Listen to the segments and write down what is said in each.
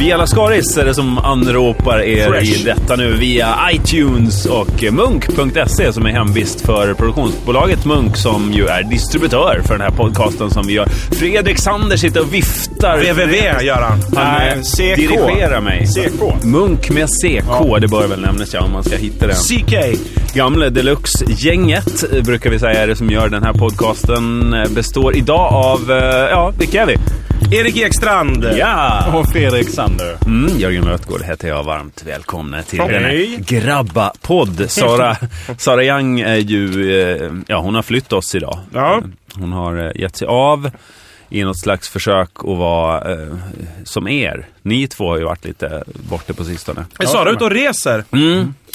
Hela Skaris är det som anropar er Fresh. i detta nu via iTunes och Munk.se som är hemvist för produktionsbolaget Munk som ju är distributör för den här podcasten som vi gör. Fredrik Sander sitter och viftar. www gör han. Han eh, Nej, CK. dirigerar mig. CK. Munk med CK, det bör väl nämnas ja, om man ska hitta den. CK. Gamle Deluxe-gänget eh, brukar vi säga är det som gör den här podcasten. eh, Består idag av, eh, ja, vilka är vi? Erik Ekstrand. Ja! Och Fredrik Sander. Mm, Jörgen Rötgård heter jag. Varmt välkomna till Hej. den här grabba-podd. Sara, Sara Young är ju... eh, Ja, hon har flytt oss idag. Ja. Hon har eh, gett sig av i något slags försök att vara eh, som er. Ni två har ju varit lite borta på sistone. Är Sara ute och reser?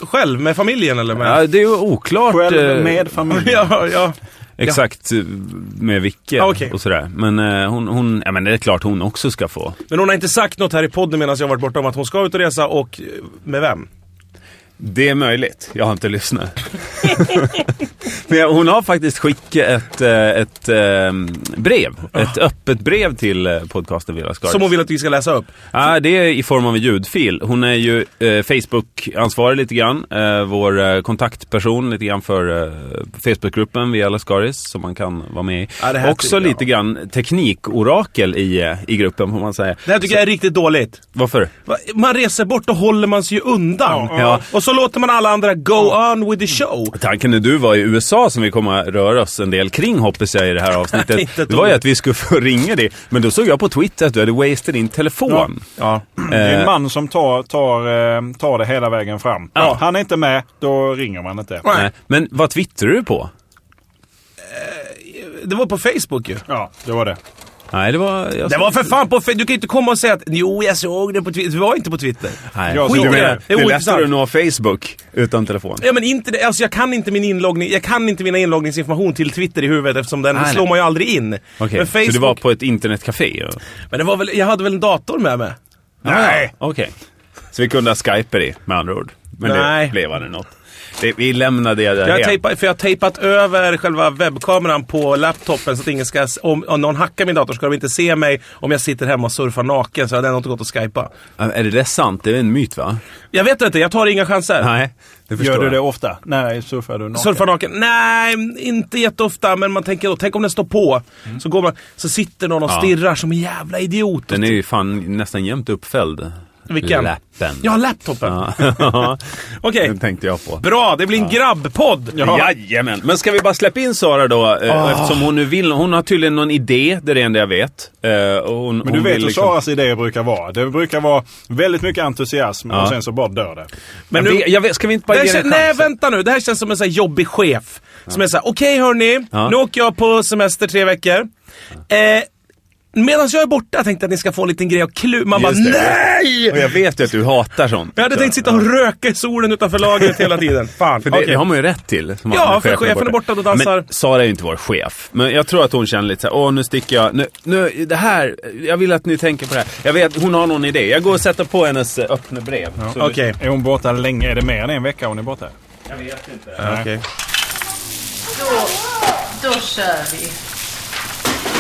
Själv? Med familjen eller med? Ja, det är ju oklart. eh, Själv med familj. ja, ja. Exakt eh, med vilken Ah, okej. och sådär. Men eh, hon, hon, ja men det är klart hon också ska få. Men hon har inte sagt något här i podden medan jag varit borta om att hon ska ut och resa och eh, med vem? Det är möjligt. Jag har inte lyssnat. Men jag- hon har faktiskt skickat ett, eh, ett eh, brev. Ett öppet brev till eh, podcasten Villa Skaris. Ah. Som hon vill att vi ska läsa upp. Ja, det är i form av en ljudfil. Hon är ju eh, Facebook-ansvarig lite grann. Eh, vår eh, kontaktperson lite grann för eh, Facebookgruppen Via Lascaris som man kan vara med i. Ja, det här Också tycker jag. lite grann teknikorakel i, eh, i gruppen får man säga. Det här tycker jag är riktigt dåligt. Varför? Va- Man reser bort och håller man sig ju undan. Ja. Och så låter man alla andra go on with the show. Tanken när du var i USA som vi kommer att röra oss en del kring hoppas jag i det här avsnittet. Inte ett det var ju ord. att vi skulle få ringa dig. Men då såg jag på Twitter att du hade wasted din telefon. Ja. Eh, Det är en man som tar, tar, eh, tar det hela vägen fram. Ja. Han är inte med, då ringer man inte. Nej. Nej. Men vad twittrar du på? Det var på Facebook ju. Ja, det var det. Nej, det var... Jag Det var för fan på Facebook. Du kan ju inte komma och säga att jo, jag såg det på Twitter. Det var inte på Twitter. Nej. Jag Skit såg i det. det. Det Det är är ointressant. lättare att nå Facebook utan telefon. Ja, men inte det. Alltså, jag kan inte min inloggning. Jag kan inte mina inloggningsinformation till Twitter i huvudet eftersom den Nej, nej. slår man ju aldrig in. Okej, Men Facebook. så du var på ett internetcafé? och- Men det var väl, jag hade väl en dator med mig? Nej. Ja, Okej. Så vi kunde ha Skype i, med andra ord. Men Nej. det blev aldrig något. Det, vi lämnade det där Jag har tejpat, för jag har tejpat över själva webbkameran på laptopen så att ingen ska, om, om någon hackar min dator ska de inte se mig om jag sitter hemma och surfar naken så jag hade ändå inte gått och skypa. Är det där sant? Det är en myt va? Jag vet inte, jag tar inga chanser. Nej, det förstår Gör du jag. det ofta? Nej, surfar du naken? Surfar naken? Nej, inte jätteofta. Men man tänker då, tänk om den står på. Så, går man, så sitter någon och Mm. Ja. stirrar som en jävla idiot. Den är ju fan nästan jämt uppfälld. Vilken? Läppen. Ja, laptopen. Ja. Okej. Den tänkte jag på. Bra, det blir en grabbpodd! Jajamän. Men ska vi bara släppa in Sara då? eh, Ah. Eftersom hon nu vill. Hon har tydligen någon idé, det är det enda jag vet. Eh, och hon, Men du hon vet vill hur liksom- Saras idéer brukar vara. Det brukar vara väldigt mycket entusiasm Ja. och sen så bara dör det. Men Jag nu, vet- jag vet, ska vi inte bara det här ge kän- den nej, chansen? vänta nu. Det här känns som en sån här jobbig chef. Som är såhär, okej hörni, Ja. nu åker jag på semester tre veckor. Eh, Medan jag är borta tänkte jag att ni ska få en liten grej och klu. Man bara, Just det, just det. nej! Och jag vet ju att du hatar sånt. Jag hade tänkt sitta och röka i solen utanför lagret hela tiden. Fan. För det, okej. det har man ju rätt till. som Ja, att när för chefen är borta, då dansar- Men Sara är ju inte vår chef. Men jag tror att hon känner lite så här, åh nu sticker jag, nu, nu, det här, jag vill att ni tänker på det här. Jag vet, hon har någon idé. Jag går och sätter på hennes eh, öppna brev. Så vi- Okej. Är hon borta länge? Är det mer än en vecka hon är borta? Jag vet inte. Okej. Då, då kör vi.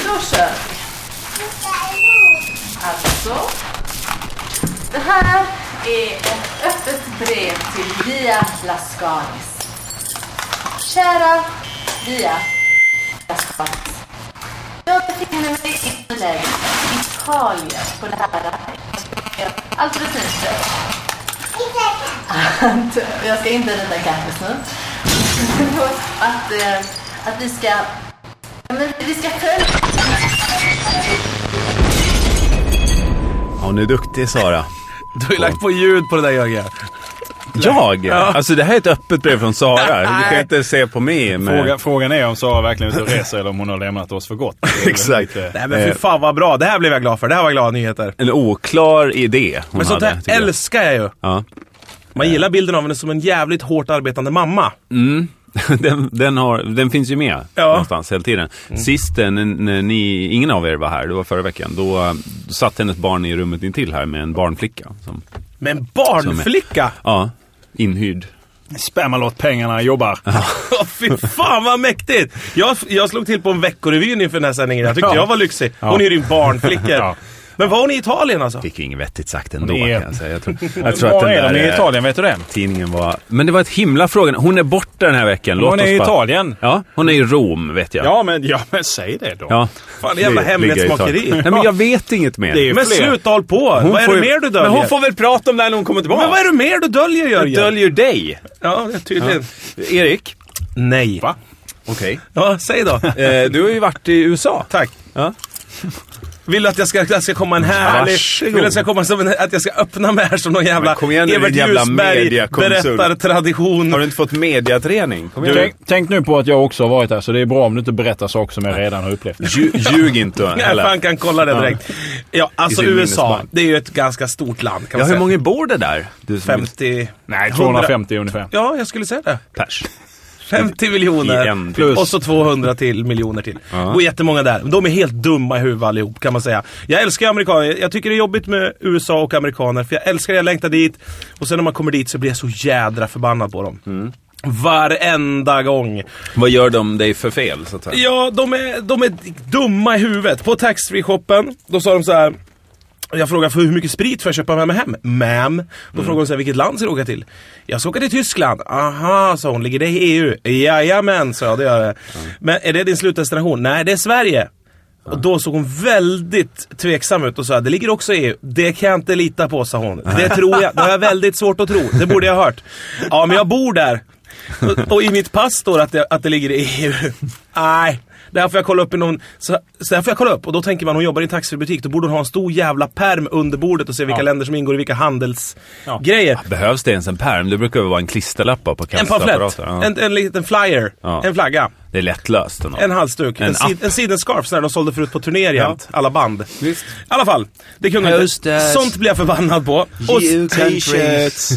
Då kör vi. Alltså. Det här är ett öppet brev till Via Lascaris. Kära Via Lascaris. Jag befinner mig i en läger i Italien på det här alternativet. Att- Jag ska inte rita Kattis nu. Att, eh, att vi ska... ja, Men vi ska följa... Ja, hon är duktig Sara. Du har ju lagt på ljud på det där Jörgen. Jag? Alltså det här är ett öppet brev från Sara. Du kan Nej. inte se på mig. Men... Fråga, frågan är om Sara verkligen är ute och reser eller om hon har lämnat oss för gott. Det är väl Exakt. lite- Nej Eh. men fy fan vad bra. Det här blev jag glad för. Det här var glada nyheter. En oklar idé hon Men sånt hade. Eh. här tycker jag. älskar jag ju. Ja. Man gillar bilden av henne som en jävligt hårt arbetande mamma. Mm. Den, den, har, den finns ju med Ja. Mm. någonstans hela tiden. Sist eh, när, när ni, ingen av er var här, det var förra veckan, då eh, satt hennes barn i rummet intill här med en barnflicka. Som, Med en barnflicka! ja, inhyrd. Spamalot-pengarna jobbar. Åh, Fy fan vad mäktigt! Jag, jag slog till på en veckorevyn inför den här sändningen. Jag tyckte Ja. jag var lyxig. Hon Ja. hyr in barnflickor. Ja. Men var hon i Italien alltså? Fick ju inget vettigt sagt ändå Det är- kan jag säga. Jag tror, jag tror att Var den där är de i eh, Italien? Vet du det? tidningen var... Men det var ett himla fråga. Hon är borta den här veckan. Låt Hon är oss i bara... Italien. Ja, hon är i Rom vet jag. Ja, men, ja, men säg det då. ja. Fan, det jävla Ligger i Italien. hemlighetsmakeri. Nej, men jag vet inget mer. Det är ju Men fler. sluta håll på! vad är får det ju- mer du döljer? Men hon får väl prata om det här när hon kommer tillbaka. Men vad är det mer du döljer, Jag Jörgen? döljer dig. Ja, det är tydligen. Erik. Nej. Va? Okej. Ja, säg då. Eh, du har ju varit i USA. Tack. Ja. Vill du att jag ska, att jag ska komma en härlig... Varsågod. Vill du att jag ska, komma som en, att jag ska öppna mig här som någon jävla Men kom igen nu, din Evert jävla Ljusberg mediakonsult. berättartradition? Har du inte fått mediaträning? Kom Du, igen. tänk, tänk nu på att jag också har varit där, så det är bra om du inte berättar saker som jag redan har upplevt. Lju- Ljug inte Nej, fan heller. kan kolla det direkt. Ja, alltså I sin USA, minnesbank. det är ju ett ganska stort land kan Ja, man hur säga. många bor det där? Du som 50... Nej, 250 ungefär. Ja, jag skulle säga det. pers. 50 I miljoner en plus. och så 200 till miljoner till. Och jättemånga där. De är helt dumma i huvudet allihop kan man säga. Jag älskar amerikaner. Jag tycker det är jobbigt med USA och amerikaner. För jag älskar det, jag längtar dit. Och sen när man kommer dit så blir jag så jädra förbannad på dem. Mm. Varenda gång. Vad gör de dig för fel? Så att säga? Ja, de är, de är dumma i huvudet. På taxfree-shoppen, då sa de så här. Jag frågade för hur mycket sprit får jag köpa med mig hem? Ma'am. Då frågade hon så här, vilket land ska du åka till? Jag ska åka till Tyskland. Aha, sa hon. Ligger det i EU? Jajamän, sa jag. Det gör det. Men är det din slutdestination? Nej, det är Sverige. Och då såg hon väldigt tveksam ut och sa det ligger också i EU. Det kan jag inte lita på, sa hon. Det tror jag. Det har jag väldigt svårt att tro. Det borde jag ha hört. Ja, men jag bor där. Och, och i mitt pass står att det, att det ligger i EU. Nej. Det här får jag kolla upp i någon... Så, så här får jag kolla upp. Och då tänker man, hon jobbar i en taxibutik, då borde hon ha en stor jävla perm under bordet och se vilka Ja. länder som ingår i vilka handelsgrejer. Ah, Behövs det ens en pärm? Det brukar väl vara en klisterlapp bara på En pamflett, kassaapparaten? Ja. en, en liten flyer, Ja. en flagga, Det är lättlöst. ändå. en halsduk, En en, si- app. en sidenscarf sån där de sålde förut på turnéer jämt. Alla band. Visst. I alla fall, det kunde jag Just inte. det. Sånt blir jag förbannad på. Och s- T-shirts,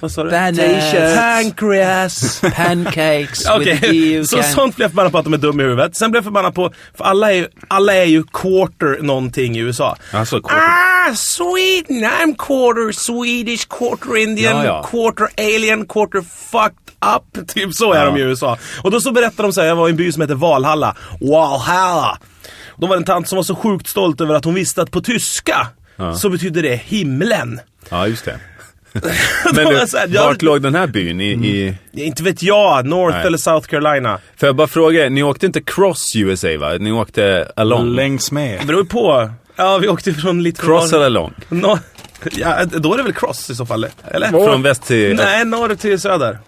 Vad sa du? T-shirts. Pancreas. pancakes Okej, E så sånt blev jag förbannad på att de är dumma i huvudet. Sen blev jag förbannad på, för alla är, ju- alla är ju quarter någonting i USA. Alltså, quarter. ah, Sweden! I'm quarter Swedish, quarter Indian, Ja, ja. quarter alien, quarter fucked up. Typ så är de i USA. Och då så berättade de så här, jag var i en by som heter Valhalla. Valhalla! Då var det en tant som var så sjukt stolt över att hon visste att på tyska så betyder det himlen. Ja, just det. Då Men var du, jag så här, jag- Mm. vart låg den här byn? I, i... Inte vet jag, North Nej. eller South Carolina. Får jag bara fråga, ni åkte inte cross USA va? Ni åkte along? Längs med. Det beror ju på. Ja, vi åkte från lite... cross eller along? Nå- ja, då är det väl cross i så fall? Eller? Från väst till... Nej, norr till söder.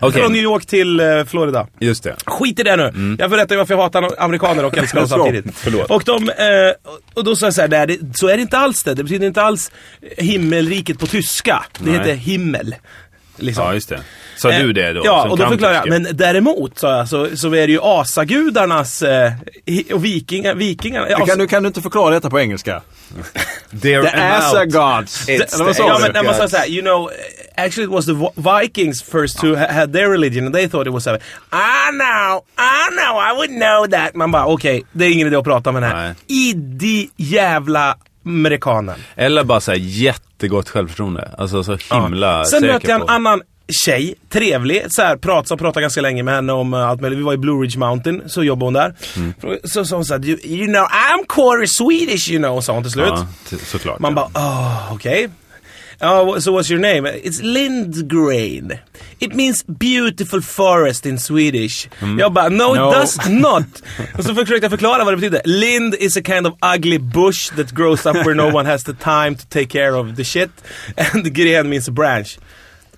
Okej, Från New York till eh, Florida. just det. Skit i det nu. Jag berättar ju varför jag hatar amerikaner och älskar dem Let's go. samtidigt. Förlåt. Och, de, eh, och då sa jag så här, nej, det, så är det inte alls det. Det betyder inte alls himmelriket på tyska. Det Nej. heter himmel. Liksom. Eh, Ja, just det. Sa du det då? Ja, som och då kan förklarar jag. tyska? Men däremot sa jag, så, så är det ju asagudarnas eh, hi- och vikingar, vikingarna. ja, Kan du, kan du inte förklara detta på engelska? They're The an out. Asa Gods. It's Eller vad the sa ja, du? men när man sa såhär, you know, actually it was the Vi- Vikings first who ha- had their religion and they thought it was heaven. I know, I know, I would know that. Man bara, okej, det är ingen idé att prata med den här Nej. iddi jävla amerikanen. Eller bara såhär jättegott självförtroende. Alltså så himla Sen säker mötte jag en på... annan tjej, trevlig, så här, pratade, så pratade ganska länge med henne om eh, allt möjligt. Vi var i Blue Ridge Mountain, så jobbade hon där. Mm. Så sa hon såhär, you, you know, I'm quarter Swedish you know, sa hon till slut. Ja, t- såklart. Man ja. bara, oh, okej. Ja, wha- so what's your name? It's Lindgren. It means beautiful forest in Swedish. Mm. Jag bara, no, No. it does not. Och så försökte jag förklara vad det betyder. Lind is a kind of ugly bush that grows up where no one has the time to take care of the shit. And gren means a branch.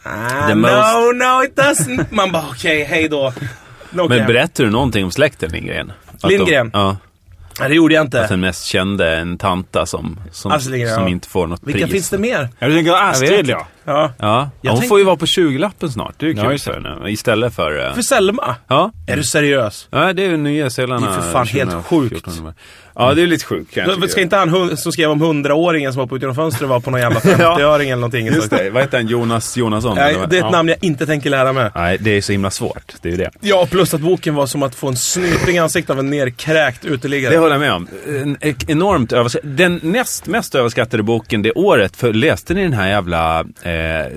Ah, The no, most- no it doesn't. Man bara, okej, hej då. No Men cap. berättar du någonting om släkten Lindgren? Att de- Lindgren? Ja. Nej, det gjorde jag inte. Att den mest kände en tanta som, som, Alltså, Lindgren, som ja. inte får något Vilka pris. finns det mer? Ja, du tänker Jag vet. Astrid ja. Ja. Ja, Jag hon tänkte- får ju vara på 20-lappen snart. Det är ju Ja, kul just det. för henne. Istället för... eh, För Selma? Ja. Är du seriös? ja, det är ju Nya Zeeland. Det är för fan helt 2014. Ja, det är lite sjukt kan jag Då, tycka. ska inte han hund- som skrev om hundraåringen som hoppade ut genom fönstret och var på någon jävla 50-öring eller någonting? Just det, vad heter han? Jonas Jonasson? Nej, eller vad- det är ett ja. namn jag inte tänker lära mig. Nej, det är så himla svårt. Det är ju det. Ja, plus att boken var som att få en snyting i ansiktet av en nerkräkt uteliggare. Det håller jag med om. En, en, enormt överskattad. Den näst mest överskattade boken det året, för läste ni den här jävla, eh,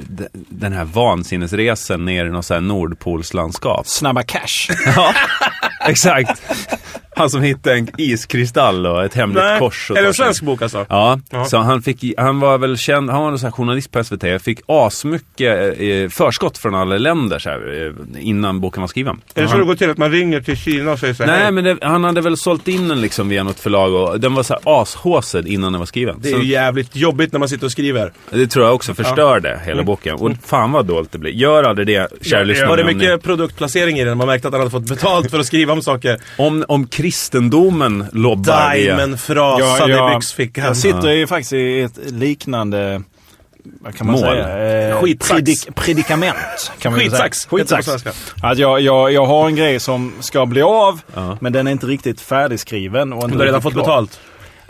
d- den här vansinnesresan ner i något så här nordpolslandskap? Snabba Cash. Ja, exakt. Han som hittade en iskristall och ett hemligt Nej, kors. Och är det tar en sig- svensk bok alltså? Ja, Ja. så han, fick, han var väl känd, han var en sån här journalist på SVT, fick asmycket eh, förskott från alla länder så här, eh, innan boken var skriven. Är det så det går till att man ringer till Kina och säger så här? Nej, men det, han hade väl sålt in den liksom via något förlag och den var så här ashåsad innan den var skriven. Det är så ju jävligt jobbigt när man sitter och skriver. det tror jag också förstörde hela boken. Och fan vad dåligt det blir. Mm. Gör aldrig det, kära lyssnare. Var det om ni- mycket produktplacering i den? Man märkte att han hade fått betalt för att skriva om saker. Om, om kristendomen lobbar via... Dimen frasade i byxfickan. jag sitter ju faktiskt i ett liknande, vad kan man Mål. säga? Eh, Skitsax. predik- predikament. Kan man väl Skitsax. säga. Heter det på Skitsax. svenska. Att jag, jag, jag har en grej som ska bli av, Ja. men den är inte riktigt färdigskriven. Och inte Du har redan riktigt fått klar. betalt.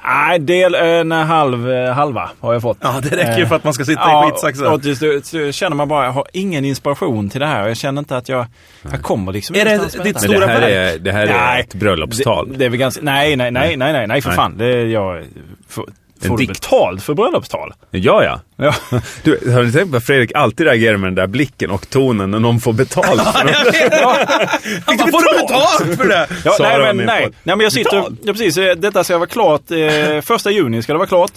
Nej, del, en halv, eh, halva har jag fått. Ja, det räcker ju för att man ska sitta i skitsaxen. och till slut så känner man bara, jag har ingen inspiration till det här. Jag känner inte att jag, jag kommer liksom Är det ingenstans med ditt detta. Men det stora här verk. är, det här är Nej. ett bröllopstal. Det, det är väl ganska... Nej, nej, nej, nej, nej, nej för Nej. fan. Det är jag... Får, En får du dikt. betalt för bröllopstal? Ja, ja. Ja. Du, har du tänkt på att Fredrik alltid reagerar med den där blicken och tonen när någon får betalt? för något? Fick du får du betalt för det? Ja, Sa nej, de i men, en nej. podd. nej, men jag sitter... Betalt? Ja, precis. Eh, Detta ska vara klart. Eh, första juni ska det vara klart.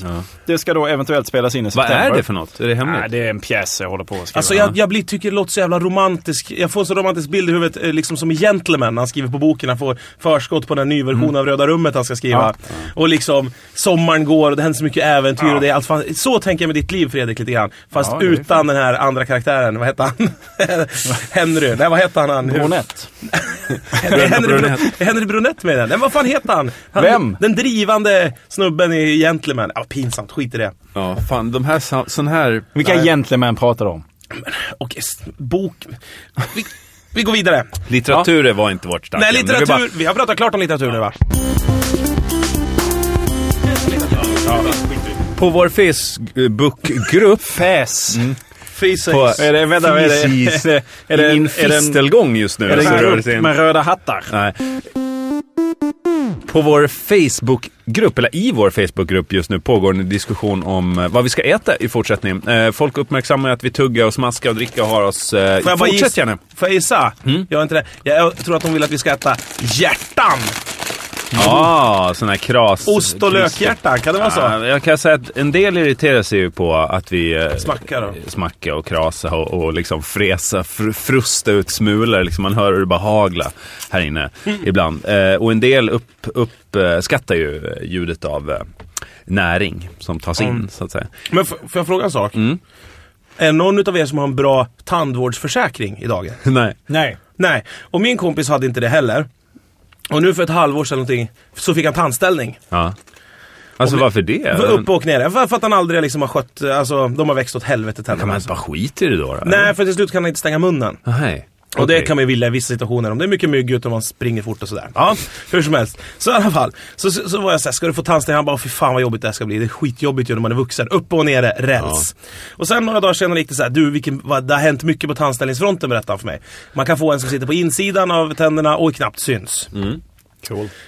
Det ska då eventuellt spelas in i Vad september. är det för något? Är det Nej, hemligt? det är en pjäs jag håller på att skriva. Alltså jag, jag blir, tycker det låter så jävla romantisk. Jag får en så romantisk bild i huvudet, eh, liksom som i Gentleman när han skriver på boken. Han får förskott på den ny version Mm. av Röda Rummet han ska skriva. Och liksom, sommaren går och det händer så mycket äventyr och det är allt fan. Så tänker jag med ditt liv Fredrik lite grann. Fast Ja, det är utan den här andra karaktären. Vad hette han? Henry. Nej, vad hette han? han? Brunett. Henry, Henry, Brunett. Brunett. Henry Brunett med den. Nej, vad fan heter han? han? Vem? Den drivande snubben i Gentleman. Ja, pinsamt. Skit i det. Ja, fan. De här, sa- sån här... Vilka gentlemän pratar du om? Och s- bok... Vi, vi går vidare. Litteratur var inte vårt starka Nej, ämne. Vi litteratur. bara- Vi har pratat klart om litteratur nu va? På vår Facebookgrupp Fäs. Mm. Freesex. på Är det- vänta, är det- Fisis- är det- i en är det en- fistelgång just nu. Är det så rör en det sig grupp in. med röda hattar? Nej. På vår Facebookgrupp, eller i vår Facebookgrupp just nu, pågår en diskussion om eh, vad vi ska äta i fortsättningen. Eh, folk uppmärksammar ju att vi tuggar och smaskar och dricker och har oss... Eh, Får jag bara fortsätt gissa? gärna. Får jag gissa? Mm. Jag, är inte det. Jag, jag tror att de vill att vi ska äta hjärtan. Ja, sån här kras... Ost och lökhjärtan, kan det vara så? Ja, jag kan säga att en del irriterar sig ju på att vi... Eh, Smackar då. smacka och krasa och, och liksom fresa, fr, frusta ut smulor. Liksom man hör hur det bara hagla här inne ibland. Eh, och en del uppskattar upp, eh, skattar ju eh, ljudet av eh, näring som tas in, Mm. så att säga. Men f- får jag fråga en sak? Mm. Är det någon av er som har en bra tandvårdsförsäkring idag? Nej. Nej. Nej, och min kompis hade inte det heller. Och nu för ett halvår sedan någonting, så fick han tandställning. Ja. Alltså varför det? För Upp och ner. För för att han aldrig liksom har skött, alltså de har växt åt helvete Kan tänderna. man inte bara skita i det då? då? Nej, för till slut kan han inte stänga munnen. Nej. Och det Okej. kan man ju vilja i vissa situationer. Om det är mycket mygg ute och man springer fort och sådär. Ja, hur som helst. Så i alla fall. Så, så, så var jag såhär, ska du få tandställning? Han bara, fy fan vad jobbigt det här ska bli. Det är skitjobbigt ju när man är vuxen. Upp och nere, räls. Och sen några dagar senare gick det såhär, du vilken, vad, det har hänt mycket på tandställningsfronten berättade han för mig. Man kan få en som sitter på insidan av tänderna och knappt syns.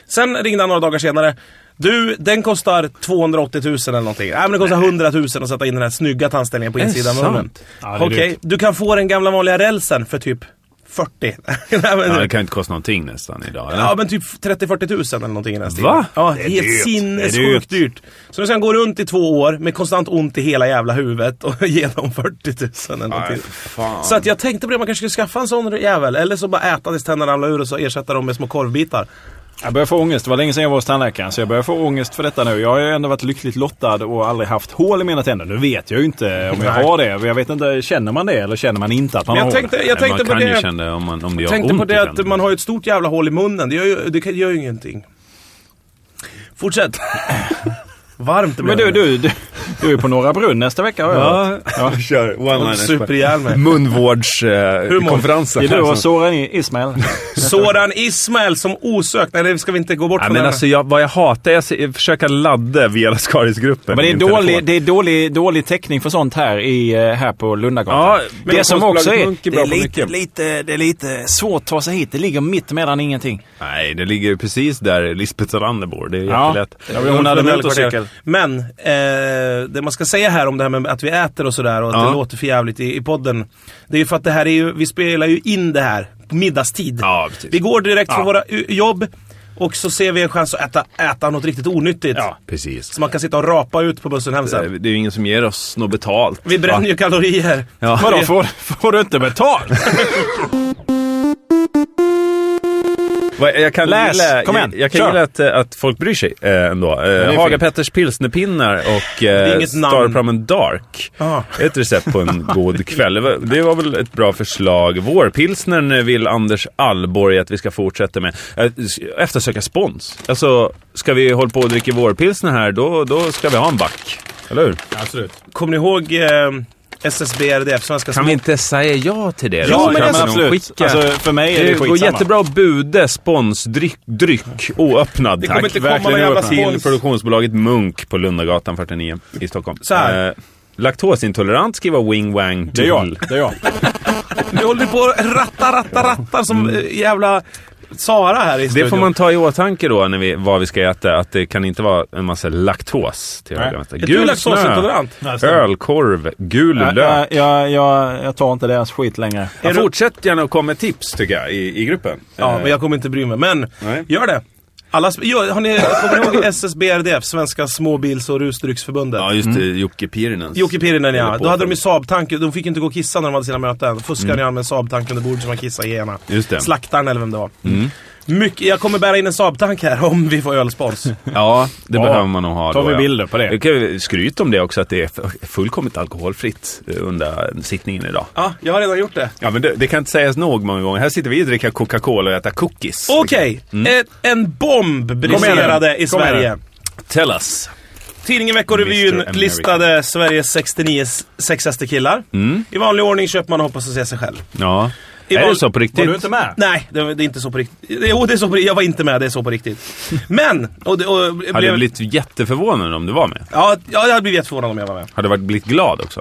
Sen ringde han några dagar senare. Du, den kostar 280 000 eller någonting. Nej men den kostar 100 000 att sätta in den här snygga tandställningen på Är det insidan av munnen. sant? Ja, det är Okej, dyrt. du kan få den gamla vanliga rälsen för typ 40. Nej, men, Ja, det kan ja, ju inte kosta någonting nästan idag. Eller? men typ 30-40 000 eller någonting i den stilen. Va? Ja, är helt dyrt. sinnessjukt dyrt. Så nu ska han gå runt i två år med konstant ont i hela jävla huvudet och ge dem 40 000 eller någonting. fan. Så att jag tänkte på det, man kanske skulle skaffa en sån jävel. Eller så bara äta tills tänderna ramlar ur och så ersätta dem med små korvbitar. Jag börjar få ångest. Det var länge sedan jag var hos tandläkaren så jag börjar få ångest för detta nu. Jag har ju ändå varit lyckligt lottad och aldrig haft hål i mina tänder. Nu vet jag ju inte om jag Nej. har det. Jag vet inte, känner man det eller känner man inte att man Men jag har tänkte, hål? jag Nej, tänkte man på kan ju det. känna det om man, om det Jag gör tänkte ont på i det att tänderna. man har ju ett stort jävla hål i munnen. Det gör ju, det kan- gör ju ingenting. Fortsätt. Varmt det Men blev. du, du, du, du är på Norra Brunn nästa vecka har jag hört. Ja, vi kör one-liners. eh, Super ihjäl mig. Humor. Munvårdskonferensen. Det är du och Soran Ismail. Soran Ismail som osökt. Nej, det ska vi inte gå bort Nej, från men den. alltså jag, vad jag hatar är att se- försöka ladda via Lascaris-gruppen. Men det i är, min dålig, telefon. det är dålig, dålig täckning för sånt här, i, eh, här på Lundagatan. Ja, men det som konstbolaget också Munk är, är det bra är, på lite, mycket. lite, det är lite svårt att ta sig hit. Det ligger mitt mellan ingenting. Nej, det ligger ju precis där Lisbeth Salander bor. Det är Ja. jättelätt. Ja, men hon hade Hon motorcykel. Men, eh, det man ska säga här om det här med att vi äter och sådär och att Ja. det låter för jävligt i, i podden. Det är ju för att det här är ju, vi spelar ju in det här på middagstid. Ja, precis. Vi går direkt från våra u- jobb, Och så ser vi en chans att äta, äta något riktigt onyttigt. Ja. Precis. Så man kan sitta och rapa ut på bussen hem sen. Det är ju ingen som ger oss något betalt. Vi bränner ju kalorier. Ja. Vadå, får, får du inte betalt? Va, Jag kan Läs. gilla, Kom igen. Jag, jag kan Kör. gilla att, eh, att folk bryr sig eh, ändå. Eh, fin. Haga Petters pilsnerpinnar och är eh, inget namn. Star Promen Dark. Ah. är Ett recept på en god kväll. Det var- Det var väl ett bra förslag. Vårpilsnern vill Anders Alborg att vi ska fortsätta med. Eh, s- Eftersöka spons. Alltså, ska vi hålla på och dricka vårpilsner här, då, då ska vi ha en back. Eller hur? Absolut. Kommer ni ihåg eh, SSB, RDF, Svenska Kan Små- vi inte säga ja till det? Ja, då? men Kan det- någon absolut. skicka- Alltså, för mig är det går skitsamma. jättebra att bude sponsdryck dryck, oöppnad Det kommer tack. inte komma någon Verkligen jävla oöppnad. spons. Till produktionsbolaget Munk på Lundagatan 49 i Stockholm. Så här. Eh, laktosintolerant skriver Wing Wang Det är jag. Dill. Det är jag. Vi håller på och rattar, rattar, rattar som eh, jävla Sara här i Mm. Det studion. får man ta i åtanke då, när vi, vad vi ska äta, att det kan inte vara en massa laktos till Nej. höger och vänster. Är du laktosintolerant? Alltså. Nej, stämmer. ölkorv, gul Jag, lök. jag, jag, jag, jag tar inte deras skit längre. Ja, Fortsätt gärna att komma med tips, tycker jag, i, i gruppen. Ja, Eh, men jag kommer inte bry mig. Men Nej. gör det. Alla, sp- gör, har ni, kommer ni ihåg SSB, RDF, Svenska Småbils och Rusdrycksförbundet? Ja, just det. Jocke Pirinen. Jocke Pirinen ja. Eller på- Då hade de ju Saab-tank. De fick ju inte gå och kissa när de hade sina möten. Fuskade mm. med en Saab-tank under bordet som man kissade i ena. Just det. Slaktaren eller vem det var. Mycket, jag kommer bära in en Saab-tank här om vi får ölspons. Ja, det Ja. behöver man nog ha. Tar då, vi ja. bilder på det? Jag kan ju skryta om det också, att det är f- fullkomligt alkoholfritt eh, under sittningen idag. ja, jag har redan gjort det. Ja, men det, det kan inte sägas nog många gånger. Här sitter vi och dricker Coca-Cola och äter cookies. Okej, ett- en bomb briserade i Kom igen nu. Sverige. Tell us! Tidningen Mr. Veckorevyn America. listade Sveriges 69 sexigaste killar. I vanlig ordning köper man och hoppas att se sig själv. Ja. I Mm. är val- det så på Var riktigt? du inte med? Nej, det, var- det är inte så på riktigt. Jo, det är så på riktigt. Jag var inte med. Det är så på riktigt. Men... Och det, och, blev, Hade jag blivit jätteförvånad om du var med? ja, ja, jag hade blivit jätteförvånad om jag var med. Hade jag blivit glad också?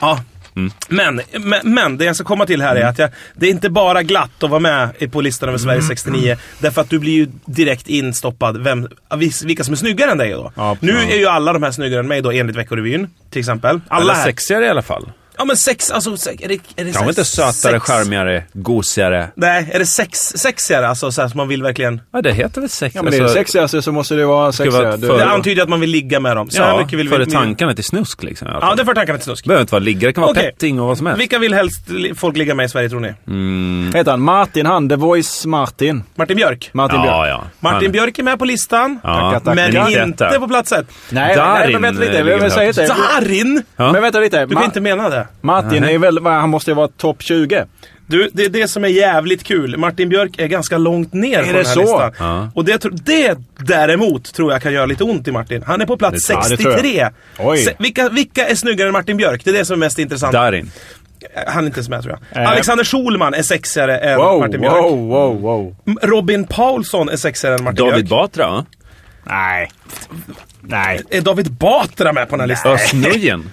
Ja. Mm. Men, men, men det jag ska komma till här är att jag, det är inte bara glatt att vara med på listan över Sverige Mm. 69. Därför att du blir ju direkt instoppad vem, vis- vilka som är snyggare än dig då. Ja, nu ja. är ju alla de här snyggare än mig då enligt Veckorevyn till exempel. Alla Alla här. sexigare i alla fall. Ja men sex, alltså sex, är det, är det Kanske inte sex- sötare, sex- charmigare, gosigare. Nej, är det sex, sexigare? Alltså så här, som man vill verkligen... Ja, det heter väl sex? Alltså, Ja, men det är det sexigaste så måste det vara vara sexigare. för- Det Ja. antyder att man vill ligga med dem. Så här ja, mycket vill före vi... tankarna till snusk liksom. i alla Ja, fall. det för tankarna till snusk. behöver inte vara ligga, det kan vara Okej. petting och vad som helst. Vilka vill helst li- folk ligga med i Sverige tror ni? Mm. Heter han Martin han? The Voice Martin. Martin Björk? Martin ja, Björk. ja. Martin Han- Björk är med på listan. Ja. Tackar, tackar. Men Men inte inte detta. på plats ett. Nej, nej, men vänta lite. Darin, eh, Men, säg ligger inte. Darin! Ja. men vänta lite. Du kan Ma- inte mena det. Martin är väl, han måste ju vara topp 20. Du, det är det som är jävligt kul. Martin Björk är ganska långt ner på det den här så? listan. Ja. Och det, tror- det däremot tror jag kan göra lite ont i Martin. Han är på plats Det- ja, det tror jag. 63. Oj. Se, vilka, vilka är snyggare än Martin Björk? Det är det som är mest intressant. Darin. Han är inte ens med tror jag. Eh. Alexander Schulman är sexigare än Wow, Martin Björk. wow, wow, wow. M- Robin Paulsson är sexigare än Martin David Björk. Batra, va? Nej. Nej. Är David Batra med på den här listan? Ösnöjen.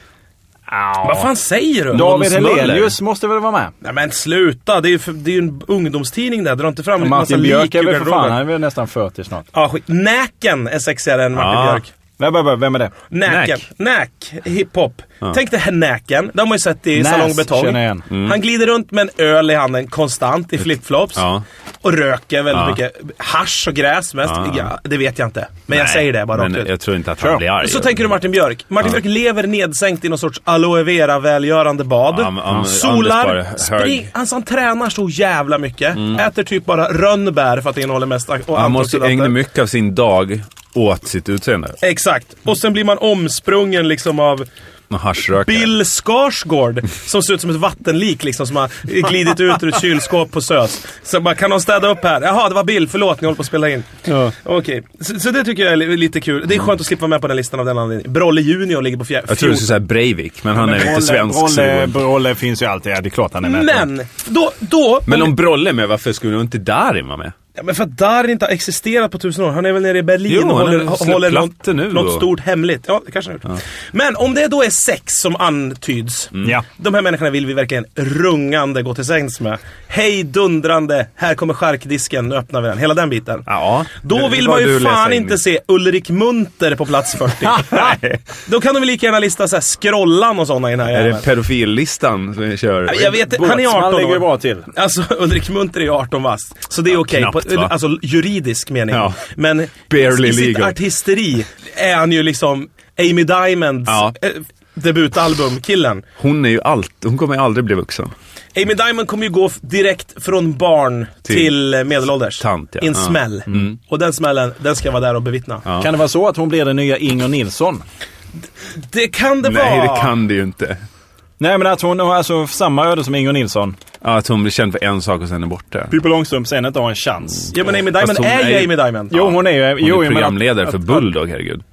Vad fan säger du? David Måns Hellenius måste väl vara med? Nej men sluta! Det är ju, för, det är ju en ungdomstidning där. Dra inte fram en massa Martin Björk lik är ur väl för fan, garderoben. han är väl nästan 40 snart. Ja, skit. Näken är sexigare än Martin Ja. Björk. Vem, vem, vem- vem är det? Näken. Näk. Hiphop. Tänk dig här Näken. Det har man ju sett i Näs, Salong Betong. känner jag igen. Mm. Han glider runt med en öl i handen konstant i flipflops. Ja. Och röker väldigt Ja. mycket. Hasch och gräs mest. Ja. Ja, det vet jag inte. Men jag säger det bara Men rakt ut. jag tror inte att Kör. han blir arg. Och så tänker du Martin Björk. Martin Björk lever nedsänkt i någon sorts aloe vera välgörande bad. Ja, men- ja, men Solar, Anders bara hög. spring, alltså han tränar så jävla mycket. Äter typ bara rönnbär för att det innehåller mest ak- och Han måste ju antioxidanter. ägna mycket av sin dag åt sitt utseende. Exakt. Och sen blir man omsprungen liksom av Och haschrökare. Bill Skarsgård som ser ut som ett vattenlik liksom som har glidit ut ur ett kylskåp på SÖS. Så bara, kan någon städa upp här? Jaha, det var Bill. Förlåt, ni håller på att spela in. Okej, så, så det tycker jag är li- lite kul. Det är skönt att slippa vara med på den listan av den anledningen. Brolle Junior ligger på fjär- Jag tror du skulle säga Breivik, men han är Brolle- inte svensk. så det Brolle, går- Brolle finns ju alltid. Ja, det är klart han är med. Men, då... då Men om Brolle är med, varför skulle inte Darin vara med? ja, men för att Darin inte har existerat på tusen år. Han är väl nere i Berlin Jo, han och har håller, väl hå- släppt håller något, plattor nu något då. stort hemligt. Ja, det kanske han har gjort. Men om det då är sex som antyds. Mm. Ja. De här människorna vill vi verkligen rungande gå till sängs med. Hej dundrande, här kommer charkdisken, nu öppnar vi den. Hela den biten. Ja. Då Det vill var man du ju läsa fan in i. inte se Ulrik Munter på plats 40. Då kan de väl lika gärna lista så här, Skrollan och sådana i den här Är jäveln. det pedofillistan som vi kör? Jag vet han är 18 ligger år. bra till. Alltså Ulrik Munter är ju 18 vass, så det är okej knappt på livet va? Alltså juridisk mening. Ja. Men Barely i sitt legal. artisteri är han ju liksom Amy Diamonds Ja. eh, debutalbum-killen. Hon, är ju allt, hon kommer ju aldrig bli vuxen. Amy Diamond kommer ju gå f- direkt från barn till, Till eh, medelålders. tant, ja. I en Ja. smäll. Och den smällen, den ska jag vara där och bevittna. Ja. Kan det vara så att hon blir den nya Inger Nilsson? Det kan det vara! Nej, det kan det ju inte. Nej, men att hon har alltså samma öde som Inger Nilsson. Ja, att hon blir känd för en sak och sen är borta. Pippi Långstrump sen inte har en chans. Ja men Amy Diamond Fast hon är ju är ju- Amy Diamond. Jo, hon är ju... Hon jo, är jag menar- programledare för att- Bulldog, herregud.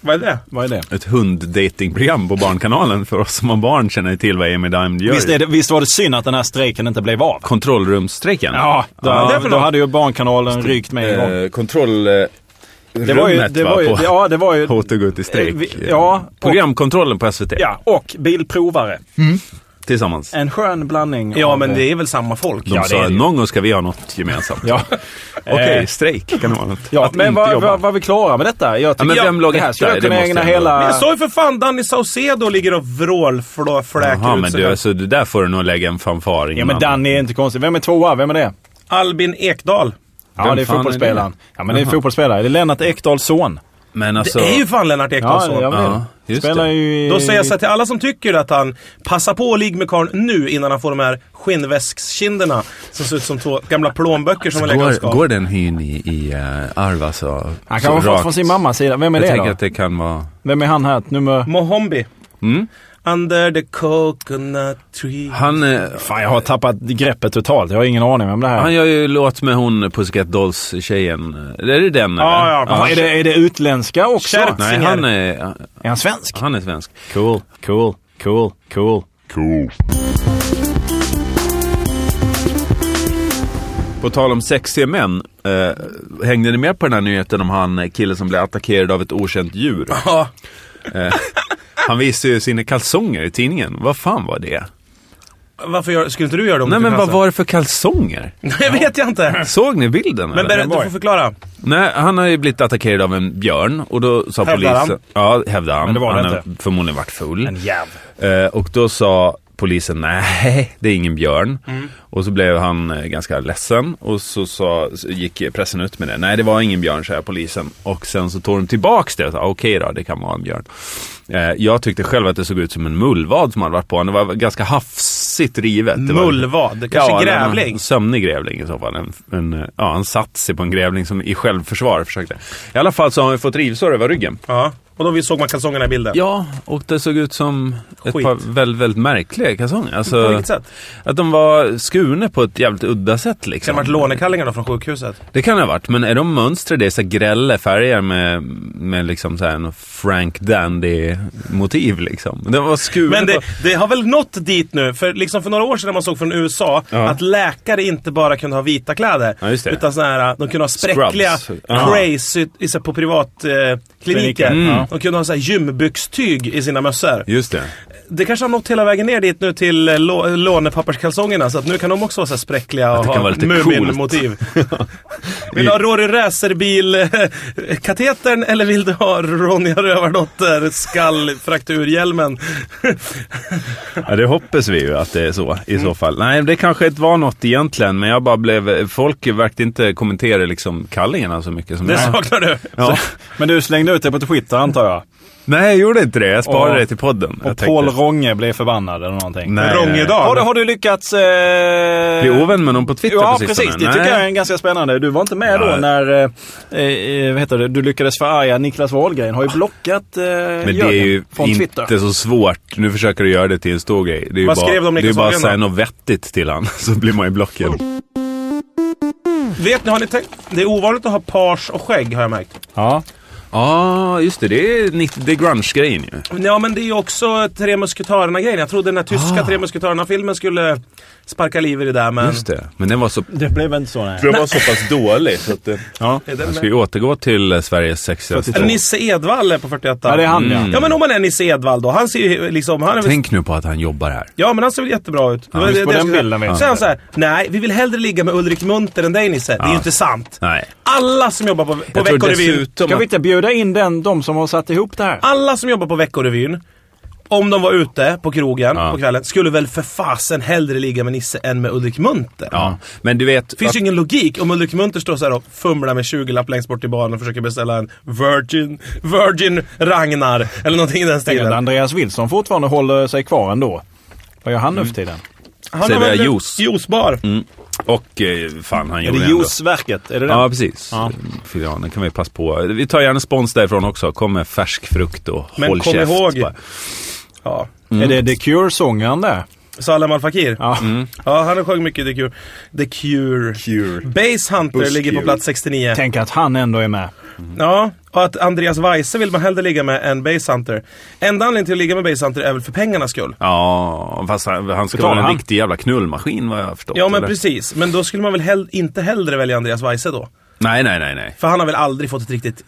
Vad är det? Vad är det? Ett hunddatingprogram på Barnkanalen för oss som har barn känner ju till vad Amy Diamond gör. Visst, är det, visst var det synd att den här strejken inte blev av? Kontrollrumsstrejken. Ja, då, vad är det för då något? hade ju Barnkanalen rykt med en gång. Eh, kontrollrummet Det var ju... Det var ju va, på ja, det var ju... Hotogutty Eh, strejk. vi- ja, och- Programkontrollen på SVT. Ja, och bilprovare. Tillsammans. En skön blandning Ja av, men eh, det är väl samma folk? De Ja, det sa är det. någon gång ska vi ha något gemensamt. Ja. Okej, Eh, strejk kan det vara något. Ja, Att men inte var, jobba. var, var vi klara med detta? Jag tycker, men ja, vem låg det här etta? skulle jag Det kunna måste ägna jag ändå- hela... Men jag sa ju för fan Danny Saucedo ligger och vrålfläker Jaha, ut men sig. du, där. alltså, det där får du nog lägga en fanfar innan. Ja, men Danny är inte konstig. Vem är tvåa? Vem är det? Albin Ekdal. Ja, Vem det är fan är fotbollsspelaren. det? Ja, men det är Jaha. fotbollsspelare. Det är Lennart Ekdals son. Men alltså, Det är ju fan Lennart Ekdals Ja, son. jag Ja, vet. just Spelar det. ju... i- Då Eh, säger jag så här till alla som tycker att han passar på att ligga med karln nu innan han får de här skinnväskskinderna som ser ut som två gamla plånböcker som han lägger går, ska. går den hyn i, i eh, arv alltså? Han så kan ha fått rakt? från sin mammas sida. Vem är Jag det tänker då? att det kan vara... Vem är han här? Nummer... Mohombi. Mm. Under the coconut tree. Han, eh, Fan, jag har tappat greppet totalt. Jag har ingen aning om det här. han gör ju låt med hon Pussycat Dolls-tjejen. Är det den Ja, eller? ja, Jaha, är, det, är det utländska också? Kärp. Nej, han är, Är han svensk? han är svensk. Cool, cool, cool, cool. På tal om sexiga män, eh, hängde ni med på den här nyheten om han eh, killen som blev attackerad av ett okänt djur? Ja. Han visade ju sina kalsonger i tidningen. Vad fan var det? Varför gör, skulle inte du göra dem? Nej till men vad cancer? var det för kalsonger? Det vet jag inte. Såg ni bilden? Men eller? berätta, du får förklara. Nej, han har ju blivit attackerad av en björn och då sa Hävdar han? polisen... Ja, hävdade han. Men det var det han inte. har förmodligen varit full. En jäv. Eh, och då sa polisen nej, det är ingen björn. Mm. Och så blev han eh, ganska ledsen och så, sa- så gick pressen ut med det. Nej, det var ingen björn, säger polisen. Och sen så tog de tillbaks det och sa okej då, det kan vara en björn. Eh, jag tyckte själv att det såg ut som en mullvad som hade varit på honom. Det var ganska hafsigt rivet. Det var- Mullvad? Kanske eller grävling? En sömnig grävling i så fall. En, en, eh, ja, han satt sig på en grävling som i självförsvar försökte. I alla fall så har han fått rivsår över ryggen. Ja. Och då vi- såg man kalsongerna i bilden. Ja, och det såg ut som ett Skit. par väldigt, väldigt märkliga kalsonger. Alltså, På vilket sätt? Att de var skurna på ett jävligt udda sätt Kan liksom. det ha varit lånekallingar då från sjukhuset? Det kan det ha varit, men är de mönster? Det är så här grälla färger med, med liksom så här en Frank Dandy-motiv liksom. De var skurna Men det, på... det har väl nått dit nu, för liksom för några år sedan när man såg från USA Ja. att läkare inte bara kunde ha vita kläder. Ja, just det. utan såna här, de kunde ha spräckliga, Scrubs. Ja. crazy, i så här på privatkliniker. Eh, kliniker. Mm. Ja. De kunde ha så här gymbyxtyg i sina mössor. Just det. Det kanske har nått hela vägen ner dit nu till eh, lå- lånepapperskalsongerna, så att nu kan de också vara så här spräckliga och det kan ha vara lite Mumin-motiv. vill du ha Rory Racerbil-katetern eller vill du ha Ronja Rövardotter-skallfrakturhjälmen? Ja, det hoppas vi ju att det är så i Mm. så fall. Nej, det kanske inte var något egentligen, men jag bara blev... Folk verkade inte kommentera liksom kallingarna så mycket som Det jag. saknar du. Ja. Men du slängde ut det på Twitter antar jag? Nej, jag gjorde inte det. Jag sparade Och- det till podden. Och jag Paul tänkte- Ronge blev förbannad eller någonting? Nej. Rångedal. Har du, har du lyckats... Eh... Bli ovän med någon på Twitter Ja, på sistone? precis. Det Nej. tycker jag är en ganska spännande. Du var inte med då Nej. när eh, eh, vad heter det? du lyckades förarga Niklas Wahlgren. Har ju blockat eh, Men det Jörgen är ju från inte Twitter. så svårt. Nu försöker du göra det till en stor grej. Det är ju Vad bara, skrev de, Det är ju Niklas bara att Wahlgren, säga då? något vettigt till han så blir man ju blockad. Vet ni, har ni tänkt? Det är ovanligt att ha pars och skägg har jag märkt. Ja. Ja, ah, just det. Det är, nitt- det är grunge-grejen ju. Ja, men det är ju också Tre Musketörerna-grejen. Jag trodde den här tyska Tre Musketörerna-filmen skulle sparka liv i det där, men... Just det. Men den var så... Det blev inte så nej. Den var så pass dålig så att det... Ja. Är den Jag med? ska ju återgå till eh, Sveriges sexigaste. Eller Nisse Edvall är på 41 Ja, det är han ja. Ja, men om man är Nisse Edvall då. Han ser ju liksom... Han är väl, Tänk nu på att han jobbar här. ja, men han ser väl jättebra ut. Ja, just på den bilden vet Så är han såhär, nej, vi vill hellre ligga med Ulrik Munter än dig Nisse. Det är ju inte sant. Nej. Alla som jobbar på, på Jag tror Veckorevyn... dessutom Ska vi att... Ah, inte bjuda in den, de som har satt ihop det här? Alla som jobbar på Veckorevyn om de var ute på krogen Ja. på kvällen skulle väl för fasen hellre ligga med Nisse än med Ulrik Munter? Ja, men du vet... Finns att- ju ingen logik om Ulrik Munter står såhär och fumlar med 20-lapp längst bort i baren och försöker beställa en Virgin, Virgin Ragnar eller någonting i den Tänk att stilen. Andreas Wilson fortfarande håller sig kvar ändå. Vad gör han nu för tiden? Han Serverar väl en juice. Mm. Juicebar. Och eh, fan, han Är gjorde det ändå- juiceverket? Är det det? Ja, precis. Ja. Filianen kan vi passa på. Vi tar gärna spons därifrån också. Kom med färsk frukt och Men håll kom käft. ihåg- bara. Ja. Är det The Cure-sångaren där? Salem Al Fakir. Ja. Ja, han har sjungit mycket The Cure. The Cure. Cure. Base Hunter Bush ligger på Cure. plats 69. Tänk att han ändå är med. Ja, och att Andreas Weise vill man hellre ligga med än Base Hunter. Enda anledningen till att ligga med Base Hunter är väl för pengarnas skull. Ja, fast han, han ska Betalar vara en han? riktig jävla knullmaskin vad jag har förstått. Ja, men eller? precis. Men då skulle man väl hell- inte hellre välja Andreas Weise då? Nej, nej, nej, nej. För han har väl aldrig fått ett riktigt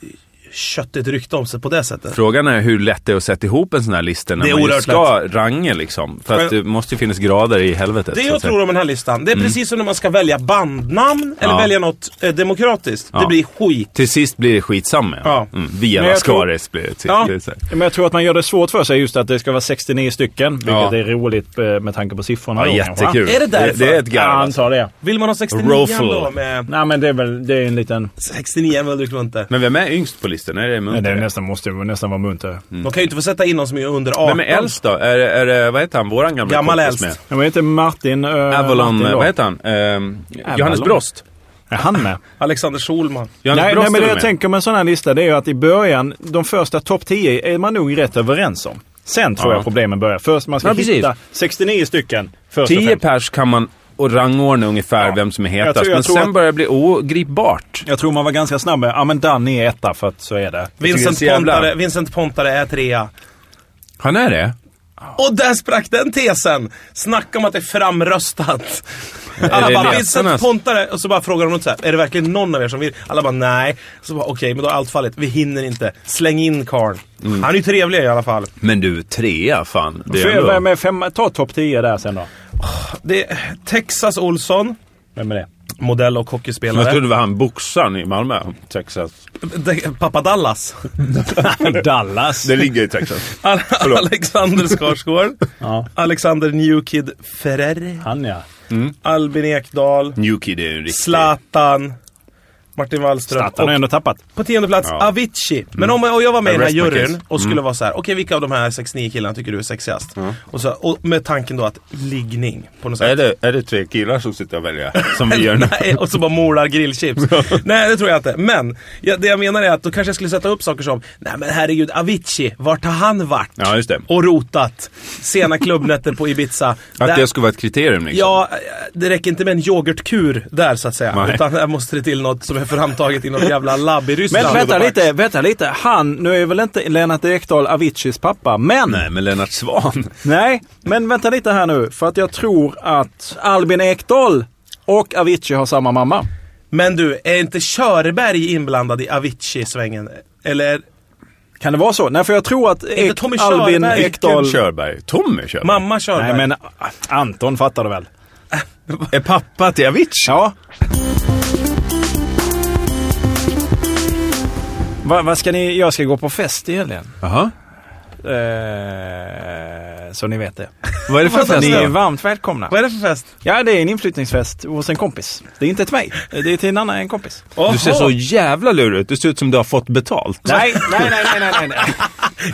köttigt rykte om sig på det sättet. Frågan är hur lätt det är att sätta ihop en sån här lista när Det är man oerhört just ska range liksom. För att Men- det måste ju finnas grader i helvetet. Det så jag att säga. tror om den här listan, det är precis som när man ska välja bandnamn eller Mm. Ja. välja något eh, demokratiskt. Det Ja. blir skit. Till sist blir det skitsamma. Ja. Mm. Via Men jag tror- Lascaris blir det till Ja. sist. Ja. Ja, Men jag tror att man gör det svårt för sig just att det ska vara 69 stycken. Vilket Ja. är roligt eh, med tanke på Ja, siffrorna. då, kanske. jättekul. Är det därför? Det, det är ett Ja, garv. alltså. antar det. Vill man ha 69 Ruffle. då med Nej men det är väl det är en liten... 69 med Ulrik Lunte. Men vem är yngst på listan? Är det Nej, Munter? det är nästan, måste ju nästan vara munter. De kan ju inte få sätta in någon som är under 18. Vem är äldst då? Är, det- är, det- vad heter han, våran gamla Gammal kompis äldst. med? Ja, men inte Martin... eh, Avalon, Martin då. vad heter han? Ehm, Johannes Brost. Är han med? Alexander Schulman. Johannes Nej, Brost nej men är det väl jag med? tänker om en sån här lista det är ju att i början, de första topp 10 är man nog rätt överens om. Sen tror Ja. jag problemen börjar. Först man ska Ja, precis. hitta 69 stycken. Första 10 fem. pers kan man och rangordna ungefär vem som är Jag hetast. tror- jag men tror sen att- börjar det bli ogripbart. Jag tror man var ganska snabb med, ja men Danny är etta för att så är det. Vincent så jävla- Pontare, Vincent Pontare är trea. Han är det? Och där sprack den tesen! Snacka om att det är framröstat. Alla det alltså?" bara läsarnas? Vincent Pontare, och så bara frågar de något så här. är det verkligen någon av er som vill? Alla bara nej. Så bara okej, men då har allt fallit. Vi hinner inte. Släng in karln. Mm. Han är ju trevlig i alla fall. Men du, trea fan. Det Får är jag ändå... börja med fem, ta topp 10 där sen då. Det är Texas Olsson, Vem är det? modell och Jag hockeyspelare. trodde det var han boxaren i Malmö. Texas. De- Pappa Dallas. Dallas. Det ligger i Texas. Al- Alexander Skarsgård. Alexander Newkid Ferrer. Han ja. Albin Ekdal. Newkid är ju en riktig... Zlatan. Martin Wallström. Zlatan har och ändå tappat. På tionde plats, Ja. Mm. Avicii. Men om jag, och jag var med i den här Rest my Mm. juryn case. och skulle vara så här: okej vilka av de här 69 killarna tycker du är sexigast? Och, så, och med tanken då att liggning på något sätt. Är det, är det tre killar som sitter och väljer? Som vi gör nu? Nej, och så bara molar grillchips. nej, det tror jag inte. Men ja, det jag menar är att då kanske jag skulle sätta upp saker som, nej men herregud, Avicii, vart har han varit? Ja, just det. Och rotat. Sena klubbnätter på Ibiza. Att Där- det skulle vara ett kriterium liksom. Ja, det räcker inte med en yoghurtkur där så att säga. Nej. Utan här måste det till något som är framtaget i något jävla labb i Ryssland. Men vänta lite, vänta lite. Han, nu är väl inte Lennart Ekdal Aviciis pappa, men... Nej, men Lennart Svan. Nej, men vänta lite här nu. För att jag tror att Albin Ekdal och Avicii har samma mamma. Men du, är inte Körberg inblandad i Avicii-svängen? Eller? Kan det vara så? Nej, för jag tror att Ek, Tommy Albin Körberg. Ekdal... Vilken Körberg? Tommy Körberg? Mamma Körberg? Nej, men ah, Anton fattar du väl? Är pappa till Avicii? Ja. Va, vad ska ni... Jag ska gå på fest i helgen. Jaha. Eh, så ni vet det. Vad är det för fest Ni är då? varmt välkomna. Vad är det för fest? Ja, det är en inflyttningsfest hos en kompis. Det är inte till mig. Det är till en annan en kompis. Du ser så jävla lurig ut. Du ser ut som du har fått betalt. Nej, nej, nej, nej, nej, nej.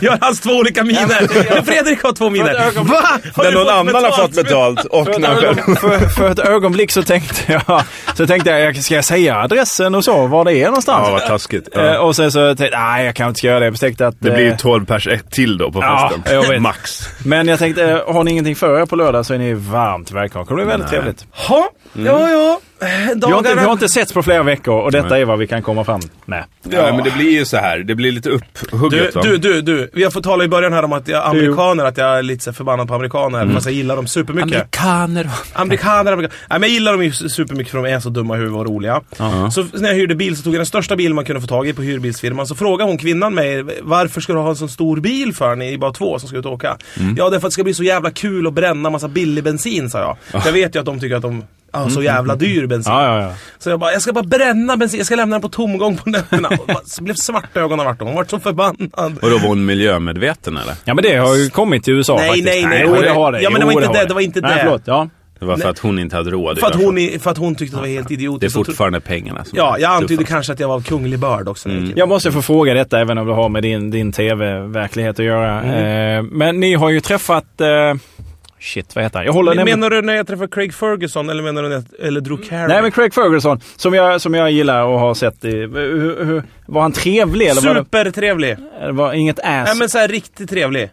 Gör hans två olika miner! Fredrik har två miner! För ett ögonblick- Va? Har När du någon fått annan betalt? har fått betalt och För ett, när själv. ögon, för, för ett ögonblick så tänkte jag, så tänkte jag, ska jag säga adressen och så, var det är någonstans? Ja, vad taskigt. Ja. Eh, och sen så tänkte jag, nej jag kanske inte ska göra det. Jag upptäckte att... det blir ju eh, 12 pers ett till då på Ja, festen. jag vet. Max. men jag tänkte, eh, har ni ingenting för er på lördag så är ni varmt välkomna. Det kommer bli väldigt trevligt. Ha? Ja, ja. Vi har, inte, vi Dagarna... har inte setts på flera veckor och detta är vad vi kan komma fram med. Ja, men det blir ju så här. Det blir lite Du, upphugget va? du, du, du. Vi har fått tala i början här om att jag, amerikaner, att jag är lite så här förbannad på amerikaner. Fast jag gillar dem supermycket. Amerikaner. Amerikaner, amerikaner. Nej, men jag gillar dem ju supermycket för de är så dumma i huvudet och roliga. Så när jag hyrde bil så tog jag den största bilen man kunde få tag i på hyrbilsfirman. Så frågade hon kvinnan mig, varför ska du ha en så stor bil för? Ni är bara två som ska ut och åka. Ja, det är för att det ska bli så jävla kul att bränna massa billig bensin, sa jag. Jag vet ju att de tycker att de ah, så jävla dyr bensin. Ja, ja, ja. Så jag bara, jag ska bara bränna bensin, jag ska lämna den på tomgång på nätterna. Och bara, så blev svarta ögon av Arton, hon vart så förbannad. Och då var hon miljömedveten eller? Ja, men det har ju kommit till USA Nej, faktiskt. nej, nej. Jo, det har det. Ja, men det var Jo, inte har det, det var inte nej, det. Förlåt, ja. Det var för att hon inte hade råd. För att, hon, i- för att hon tyckte det var helt Det är idiotiskt. fortfarande Mm. pengarna som Ja, jag antydde tuffast. kanske att jag var av kunglig börd också. när jag gick in. Jag måste få fråga detta även om det har med din, din tv-verklighet att göra. Mm. Eh, men ni har ju träffat... Eh, shit, vad heter han? Jag håller Men, nämligen... menar du när jag träffade Craig Ferguson eller menar du när jag, eller Drew Carey? Nej, men Craig Ferguson, som jag, som jag gillar och har sett i... Hur, hur, var han trevlig eller var det, Supertrevlig. det var inget ass? Nej men såhär riktigt trevlig.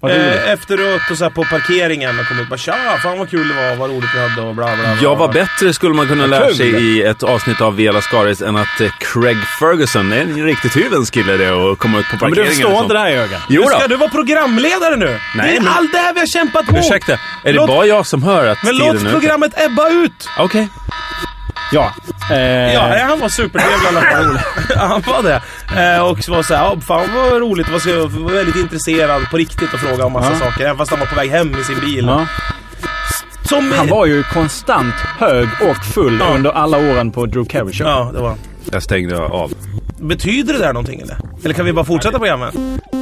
Vad du gjorde? Eh, efteråt och så här på parkeringen och kom ut och bara tja, fan vad kul det var, vad roligt vi hade och bla bla bla. Jag var bättre skulle man kunna lära kul. sig i ett avsnitt av Vela Skaris än att eh, Craig Ferguson är en riktigt hyvens kille det och komma ut på men du parkeringen. förstår och inte sånt. det här Jörgen. Jo Nu då. ska du vara programledare nu! Nej, det är men- allt det här vi har kämpat mot! Ursäkta, är det Låt- bara jag som hör att Men tiden låt är programmet ebba ut! ute? Okej. Ja. Eh, Ja, nej, han var supertrevlig i alla fall. Ja, han var det. Eh, och så var så här, "Ja, fan vad roligt. Var, så, var väldigt intresserad på riktigt och frågade om massa Ja. saker. Även fast han var på väg hem i sin bil. ja. Som, Han var ju konstant hög och full under alla åren på Drew Carey Show. Ja, det var Jag stängde av. Betyder det där någonting eller? Eller kan vi bara fortsätta programmet?